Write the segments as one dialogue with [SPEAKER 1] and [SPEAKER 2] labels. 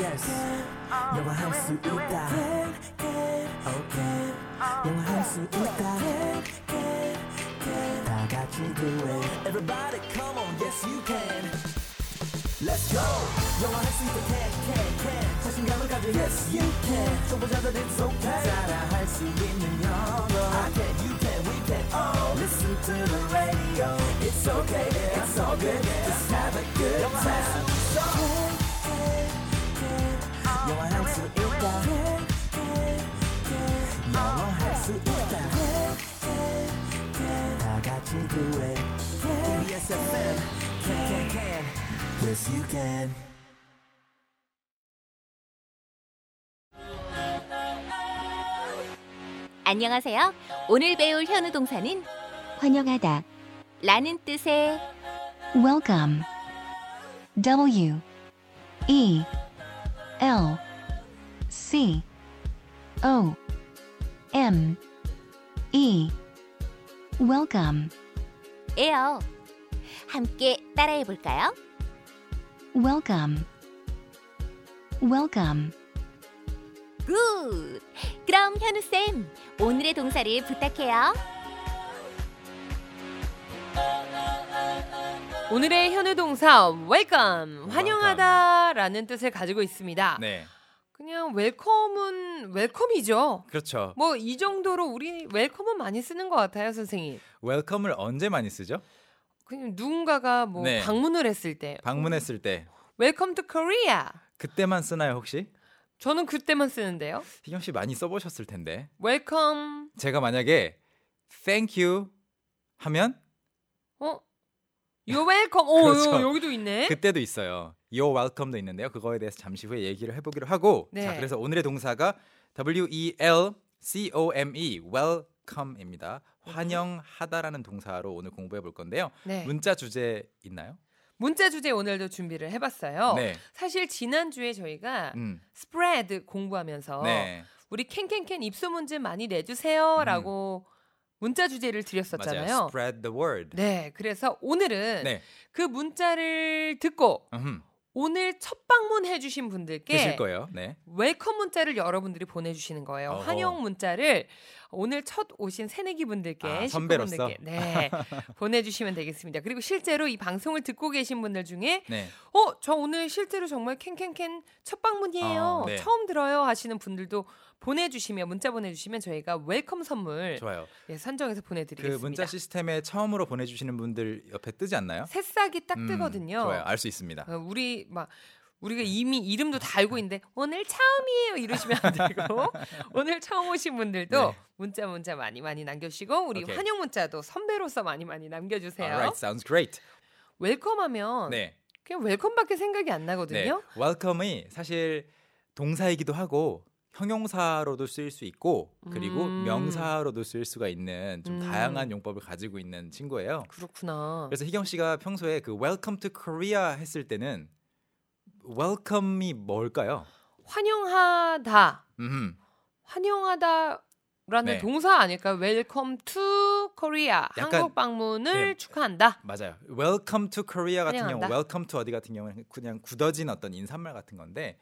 [SPEAKER 1] yes 영화할 수 있다 okay 영화할 수 있다 다 같이 do it everybody come on yes you can Let's go 영화할 수 있다 can can can 자신감을 가져 yes you can 초보자들 it's okay 따라할 수 있는 영어 I can you can we can all listen to the radio it's okay yeah, it's all good just have a good time 영화할 수 있다 영화할 수 있다 다 같이 do it KBS FM can can can yes you can
[SPEAKER 2] 안녕하세요. 오늘 배울 현우 동사는
[SPEAKER 3] 환영하다.
[SPEAKER 2] 라는 뜻의
[SPEAKER 3] Welcome. W E L C O M E Welcome.
[SPEAKER 2] 에요. 함께 따라해 볼까요?
[SPEAKER 3] Welcome. Welcome.
[SPEAKER 2] 굿! 그럼 현우쌤, 오늘의 동사를 부탁해요.
[SPEAKER 4] 오늘의 현우 동사 welcome 환영하다라는 뜻을 가지고 있습니다.
[SPEAKER 5] 네,
[SPEAKER 4] 그냥 웰컴은 웰컴이죠.
[SPEAKER 5] 그렇죠.
[SPEAKER 4] 뭐 이 정도로 우리 웰컴은 많이 쓰는 것 같아요, 선생님.
[SPEAKER 5] 웰컴을 언제 많이 쓰죠?
[SPEAKER 4] 그냥 누군가가 뭐
[SPEAKER 5] 네.
[SPEAKER 4] 방문을 했을 때
[SPEAKER 5] 방문했을 때
[SPEAKER 4] 웰컴 투 코리아.
[SPEAKER 5] 그때만 쓰나요 혹시?
[SPEAKER 4] 저는 그때만 쓰는데요.
[SPEAKER 5] 희경 씨 많이 써보셨을 텐데
[SPEAKER 4] 웰컴
[SPEAKER 5] 제가 만약에 Thank you 하면
[SPEAKER 4] 어? 요 웰컴. 오,
[SPEAKER 5] 그렇죠.
[SPEAKER 4] 요, 여기도 있네.
[SPEAKER 5] 그때도 있어요. Your welcome도 있는데요. 그거에 대해서 잠시 후에 얘기를 해보기로 하고
[SPEAKER 4] 네.
[SPEAKER 5] 자 그래서 오늘의 동사가 W E L C O M E welcome입니다. 환영하다라는 동사로 오늘 공부해 볼 건데요.
[SPEAKER 4] 네.
[SPEAKER 5] 문자 주제 있나요?
[SPEAKER 4] 문자 주제 오늘도 준비를 해봤어요.
[SPEAKER 5] 네.
[SPEAKER 4] 사실 지난주에 저희가
[SPEAKER 5] 음.
[SPEAKER 4] 스프레드 공부하면서
[SPEAKER 5] 네.
[SPEAKER 4] 우리 캔캔캔 입소 문제 많이 내주세요라고 문자 주제를
[SPEAKER 5] 음. 맞아요.
[SPEAKER 4] 드렸었잖아요.
[SPEAKER 5] Spread the word.
[SPEAKER 4] 네, 그래서 오늘은
[SPEAKER 5] 네.
[SPEAKER 4] 그 문자를 듣고
[SPEAKER 5] 음흠.
[SPEAKER 4] 오늘 첫 방문해주신
[SPEAKER 5] 되실
[SPEAKER 4] 분들께
[SPEAKER 5] 거예요. 네.
[SPEAKER 4] 웰컴 문자를 여러분들이 보내주시는 거예요.
[SPEAKER 5] 어허.
[SPEAKER 4] 환영 문자를 오늘 첫 오신 새내기 분들께,
[SPEAKER 5] 아,
[SPEAKER 4] 식구분들께,
[SPEAKER 5] 선배로서?
[SPEAKER 4] 네, 보내주시면 되겠습니다. 그리고 실제로 이 방송을 듣고 계신 분들 중에
[SPEAKER 5] 네.
[SPEAKER 4] 어, 저 오늘 실제로 정말 캔캔캔 첫 방문이에요.
[SPEAKER 5] 아, 네.
[SPEAKER 4] 처음 들어요 하시는 분들도 보내주시면 문자 보내주시면 저희가 웰컴 선물
[SPEAKER 5] 네, 좋아요.
[SPEAKER 4] 예, 선정해서
[SPEAKER 5] 그
[SPEAKER 4] 보내드리겠습니다.
[SPEAKER 5] 문자 시스템에 처음으로 보내주시는 분들 옆에 뜨지 않나요?
[SPEAKER 4] 새싹이 딱
[SPEAKER 5] 음,
[SPEAKER 4] 뜨거든요.
[SPEAKER 5] 좋아요, 네. 알 수 있습니다.
[SPEAKER 4] 어, 우리 막 우리가 이미 이름도 다 알고 있는데 오늘 처음이에요 이러시면 안 되고 오늘 처음 오신 분들도
[SPEAKER 5] 네.
[SPEAKER 4] 문자 문자 많이 많이 남겨주시고 우리
[SPEAKER 5] 오케이.
[SPEAKER 4] 환영 문자도 선배로서 많이 많이 남겨주세요.
[SPEAKER 5] Alright, sounds great.
[SPEAKER 4] 웰컴하면
[SPEAKER 5] 네,
[SPEAKER 4] 그냥 웰컴밖에 생각이 안
[SPEAKER 5] 네.
[SPEAKER 4] 나거든요.
[SPEAKER 5] Welcome이 사실 동사이기도 하고 형용사로도 쓰일 수 있고 그리고
[SPEAKER 4] 음.
[SPEAKER 5] 명사로도 쓰일 수가 있는 좀
[SPEAKER 4] 음. 어.
[SPEAKER 5] 다양한 용법을 가지고 있는 친구예요.
[SPEAKER 4] 그렇구나.
[SPEAKER 5] 그래서 희경 씨가 평소에 그 Welcome to Korea 했을 때는 Welcome이 뭘까요?
[SPEAKER 4] 환영하다.
[SPEAKER 5] 음,
[SPEAKER 4] 환영하다라는
[SPEAKER 5] 네.
[SPEAKER 4] 동사 아닐까? 웰컴 투 코리아.
[SPEAKER 5] 약간-
[SPEAKER 4] 한국 방문을
[SPEAKER 5] 네.
[SPEAKER 4] 축하한다.
[SPEAKER 5] 맞아요. Welcome to Korea 같은 경우,
[SPEAKER 4] 환영한다.
[SPEAKER 5] Welcome to 어디 같은 경우는 그냥 굳어진 어떤 인사말 같은 건데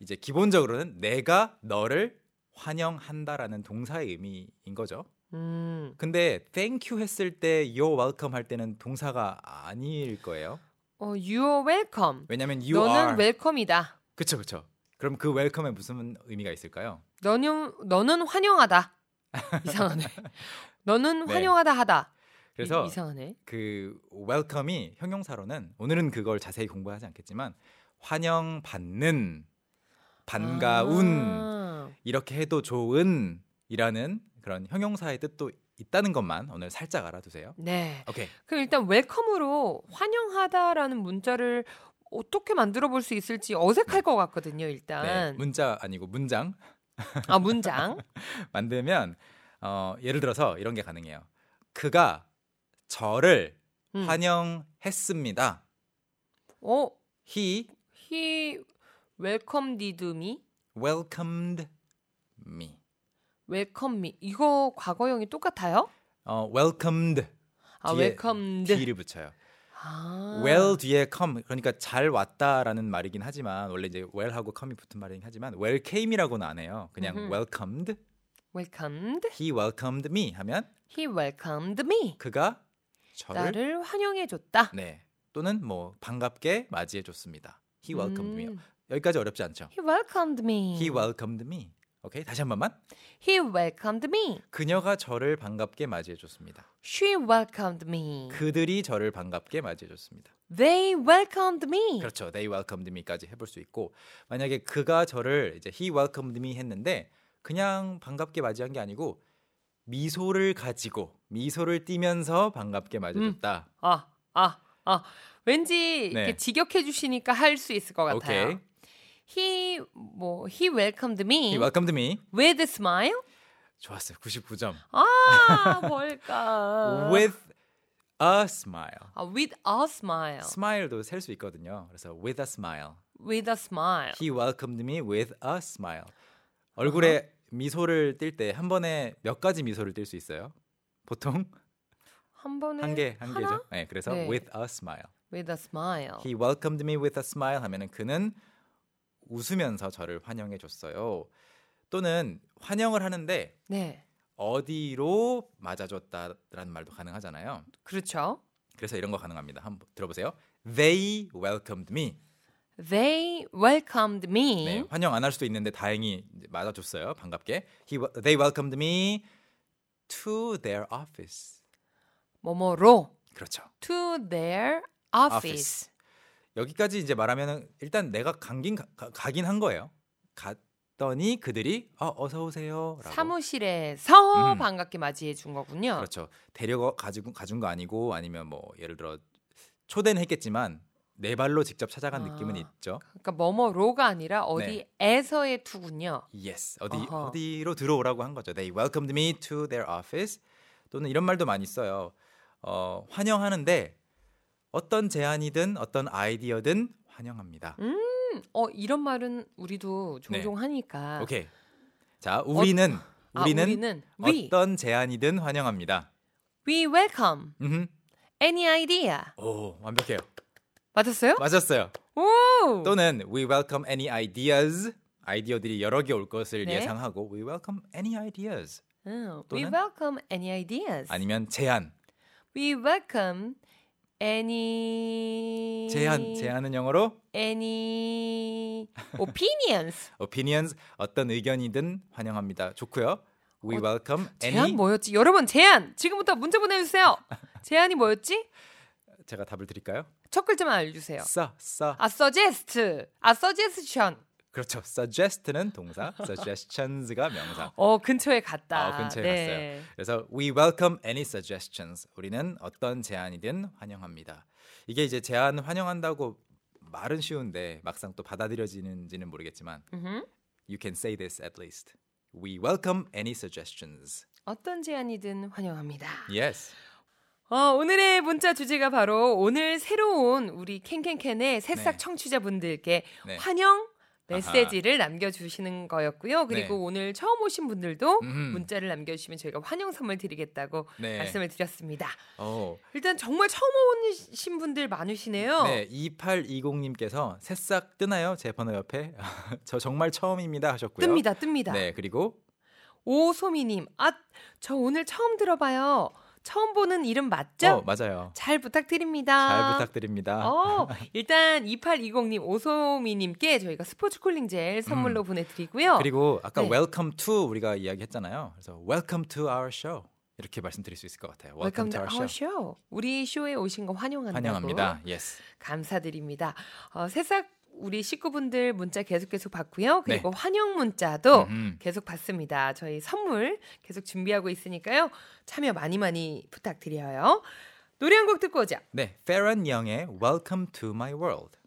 [SPEAKER 5] 이제 기본적으로는 내가 너를 환영한다라는 동사의 의미인 거죠.
[SPEAKER 4] 음.
[SPEAKER 5] 근데 Thank you 했을 때 You're welcome 할 때는 동사가 아닐 거예요.
[SPEAKER 4] 어, you are welcome.
[SPEAKER 5] 왜냐하면 you
[SPEAKER 4] 너는
[SPEAKER 5] are
[SPEAKER 4] 웰컴이다.
[SPEAKER 5] 그쵸 그쵸. 그럼 그 웰컴에 무슨 의미가 있을까요?
[SPEAKER 4] 너는 너는 환영하다. 이상하네. 너는
[SPEAKER 5] 네.
[SPEAKER 4] 환영하다 하다.
[SPEAKER 5] 그래서
[SPEAKER 4] 이, 상하네
[SPEAKER 5] 그 웰컴이 형용사로는 오늘은 그걸 자세히 공부하지 않겠지만 환영받는 반가운
[SPEAKER 4] 아.
[SPEAKER 5] 이렇게 해도 좋은이라는 그런 형용사의 뜻도 있다는 것만 오늘 살짝 알아두세요.
[SPEAKER 4] 네.
[SPEAKER 5] 오케이.
[SPEAKER 4] 그럼 일단 웰컴으로 환영하다라는 문자를 어떻게 만들어 볼 수 있을지 어색할 것 같거든요, 일단.
[SPEAKER 5] 네, 문자 아니고 문장
[SPEAKER 4] 아, 문장.
[SPEAKER 5] 만들면 어, 예를 들어서 이런 게 가능해요. 그가 저를
[SPEAKER 4] 음.
[SPEAKER 5] 환영했습니다.
[SPEAKER 4] 어,
[SPEAKER 5] He
[SPEAKER 4] he welcomed me.
[SPEAKER 5] welcomed me.
[SPEAKER 4] 웰컴 미 이거 과거형이 똑같아요?
[SPEAKER 5] 어, welcomed
[SPEAKER 4] 아
[SPEAKER 5] 뒤에
[SPEAKER 4] 웰컴드
[SPEAKER 5] D를 붙여요.
[SPEAKER 4] 아.
[SPEAKER 5] well 뒤에 come 그러니까 잘 왔다라는 말이긴 하지만 원래 이제 well하고 come이 붙은 말이긴 하지만 well came이라고는 안 해요. 그냥
[SPEAKER 4] 음흠.
[SPEAKER 5] welcomed,
[SPEAKER 4] welcomed.
[SPEAKER 5] he welcomed me 하면
[SPEAKER 4] He welcomed me.
[SPEAKER 5] 그가 저를
[SPEAKER 4] 나를 환영해 줬다.
[SPEAKER 5] 네 또는 뭐 반갑게 맞이해 줬습니다. he welcomed me
[SPEAKER 4] 음.
[SPEAKER 5] 여기까지 어렵지 않죠?
[SPEAKER 4] He welcomed me.
[SPEAKER 5] he welcomed me 오케이 다시 한 번만
[SPEAKER 4] He welcomed me.
[SPEAKER 5] 그녀가 저를 반갑게 맞이해 줬습니다.
[SPEAKER 4] She welcomed me.
[SPEAKER 5] 그들이 저를 반갑게 맞이해 줬습니다.
[SPEAKER 4] They welcomed me.
[SPEAKER 5] 그렇죠. They welcomed me까지 해볼 수 있고 만약에 그가 저를 이제 he welcomed me 했는데 그냥 반갑게 맞이한 게 아니고 미소를 가지고 미소를 띠면서 반갑게 맞이줬다.
[SPEAKER 4] 아, 아, 아. 왠지
[SPEAKER 5] 네.
[SPEAKER 4] 이렇게 직역해 주시니까 할 수 있을 것 같아요.
[SPEAKER 5] 오케이.
[SPEAKER 4] He 뭐 he welcomed me
[SPEAKER 5] He welcomed me.
[SPEAKER 4] with a smile.
[SPEAKER 5] 좋았어요. 99점.
[SPEAKER 4] 아, 뭘까?
[SPEAKER 5] With a smile.
[SPEAKER 4] 아, with a smile.
[SPEAKER 5] smile도 셀 수 있거든요. 그래서 with a smile.
[SPEAKER 4] with a smile.
[SPEAKER 5] He welcomed me with a smile.
[SPEAKER 4] Uh-huh.
[SPEAKER 5] 얼굴에 미소를 띌 때 한 번에 몇 가지 미소를 띌 수 있어요? 보통
[SPEAKER 4] 한 번에
[SPEAKER 5] 한 개, 한
[SPEAKER 4] 하나?
[SPEAKER 5] 개죠. 네, 그래서
[SPEAKER 4] 네. Oh.
[SPEAKER 5] with a smile.
[SPEAKER 4] with a smile.
[SPEAKER 5] He welcomed me with a smile 하면은 그는 웃으면서 저를 환영해 줬어요. 또는 환영을 하는데
[SPEAKER 4] 네.
[SPEAKER 5] 어디로 맞아줬다라는 말도 가능하잖아요.
[SPEAKER 4] 그렇죠.
[SPEAKER 5] 그래서 이런 거 가능합니다. 한번 들어보세요. They welcomed me.
[SPEAKER 4] They welcomed me.
[SPEAKER 5] 네, 환영 안 할 수도 있는데 다행히 이제 맞아줬어요. 반갑게. He, wa- they welcomed me to their office.
[SPEAKER 4] 뭐뭐로
[SPEAKER 5] 그렇죠.
[SPEAKER 4] to their office.
[SPEAKER 5] Office. 여기까지 이제 말하면 일단 내가 간긴 가, 가- 가긴 한 거예요. 갔더니 그들이 어, 어서 오세요라고.
[SPEAKER 4] 사무실에서
[SPEAKER 5] 음.
[SPEAKER 4] 반갑게 맞이해 준 거군요.
[SPEAKER 5] 그렇죠. 데려가 가지고 가준 거 아니고 아니면 뭐 예를 들어 초대는 했겠지만 내 발로 직접 찾아간
[SPEAKER 4] 아.
[SPEAKER 5] 느낌은 있죠.
[SPEAKER 4] 그러니까 뭐뭐로가 아니라
[SPEAKER 5] 네.
[SPEAKER 4] 어디에서의 투군요.
[SPEAKER 5] Yes. 어디
[SPEAKER 4] 어허.
[SPEAKER 5] 어디로 들어오라고 한 거죠. They welcomed me to their office. 또는 이런 말도 많이 써요. 어, 환영하는데 어떤 제안이든 어떤 아이디어든 환영합니다.
[SPEAKER 4] 어 이런 말은 우리도 종종 하니까.
[SPEAKER 5] 네. 오케이. 자, 우리는
[SPEAKER 4] 아,
[SPEAKER 5] 우리는,
[SPEAKER 4] 우리는 we
[SPEAKER 5] 어떤 제안이든 환영합니다.
[SPEAKER 4] we welcome
[SPEAKER 5] 음흠.
[SPEAKER 4] any idea.
[SPEAKER 5] 오, 완벽해요.
[SPEAKER 4] 맞았어요?
[SPEAKER 5] 맞았어요.
[SPEAKER 4] 오.
[SPEAKER 5] 또는 we welcome any ideas. 아이디어들이 여러 개 올 것을
[SPEAKER 4] 네.
[SPEAKER 5] 예상하고 we welcome any ideas.
[SPEAKER 4] 음, we
[SPEAKER 5] 또는?
[SPEAKER 4] welcome any ideas.
[SPEAKER 5] 아니면 제안.
[SPEAKER 4] We welcome any
[SPEAKER 5] 제안, 제안은 영어로
[SPEAKER 4] any opinions.
[SPEAKER 5] opinions 어떤 의견이든 환영합니다. 좋고요. We
[SPEAKER 4] 어,
[SPEAKER 5] welcome any
[SPEAKER 4] 제안 뭐였지? 여러분 제안 지금부터 문자 보내주세요. 제안이 뭐였지?
[SPEAKER 5] 제가 답을 드릴까요?
[SPEAKER 4] 첫 글자만 알려주세요.
[SPEAKER 5] 싸, 싸.
[SPEAKER 4] 아 suggest, 아 suggestion.
[SPEAKER 5] 그렇죠. suggest는 동사, suggestions가 명사.
[SPEAKER 4] 어 근처에 갔다.
[SPEAKER 5] 어, 근처에
[SPEAKER 4] 네.
[SPEAKER 5] 갔어요. 그래서 we welcome any suggestions. 우리는 어떤 제안이든 환영합니다. 이게 이제 제안 환영한다고 말은 쉬운데 막상 또 받아들여지는지는 모르겠지만
[SPEAKER 4] 음흠.
[SPEAKER 5] you can say this at least. We welcome any suggestions.
[SPEAKER 4] 어떤 제안이든 환영합니다.
[SPEAKER 5] Yes.
[SPEAKER 4] 어, 오늘의 문자 주제가 바로 오늘 새로운 우리 캔캔캔의 새싹
[SPEAKER 5] 네.
[SPEAKER 4] 청취자분들께
[SPEAKER 5] 네.
[SPEAKER 4] 환영 메시지를 남겨주시는 거였고요. 그리고
[SPEAKER 5] 네.
[SPEAKER 4] 오늘 처음 오신 분들도
[SPEAKER 5] 음.
[SPEAKER 4] 문자를 남겨주시면 저희가 환영 선물 드리겠다고
[SPEAKER 5] 네.
[SPEAKER 4] 말씀을 드렸습니다.
[SPEAKER 5] 어,
[SPEAKER 4] 일단 정말 처음 오신 분들 많으시네요.
[SPEAKER 5] 네, 2820님께서 새싹 뜨나요? 제 번호 옆에 저 정말 처음입니다 하셨고요.
[SPEAKER 4] 뜹니다, 뜹니다.
[SPEAKER 5] 네, 그리고
[SPEAKER 4] 오소미님, 아, 저 오늘 처음 들어봐요. 처음 보는 이름 맞죠?
[SPEAKER 5] 어, 맞아요.
[SPEAKER 4] 잘 부탁드립니다.
[SPEAKER 5] 잘 부탁드립니다. 아.
[SPEAKER 4] 어, 일단 2820님, 오소미님께 저희가 스포츠 콜링 젤 선물로 보내드리고요.
[SPEAKER 5] 음. 그리고 아까
[SPEAKER 4] 네.
[SPEAKER 5] welcome to 우리가 이야기했잖아요. 그래서 welcome to our show 이렇게 말씀드릴 수 있을 것 같아요.
[SPEAKER 4] Welcome to our show. 우리 쇼에 오신 거 환영한다고.
[SPEAKER 5] 환영합니다. Yes.
[SPEAKER 4] 감사드립니다. 어, 새싹 우리 식구분들 문자 계속 계속 받고요. 그리고 환영 문자도
[SPEAKER 5] 음.
[SPEAKER 4] 계속 받습니다. 저희 선물 계속 준비하고 있으니까요. 참여 많이 많이 부탁드려요. 노래 한 곡 듣고 오자.
[SPEAKER 5] 네, Farron Young의 Welcome to My World.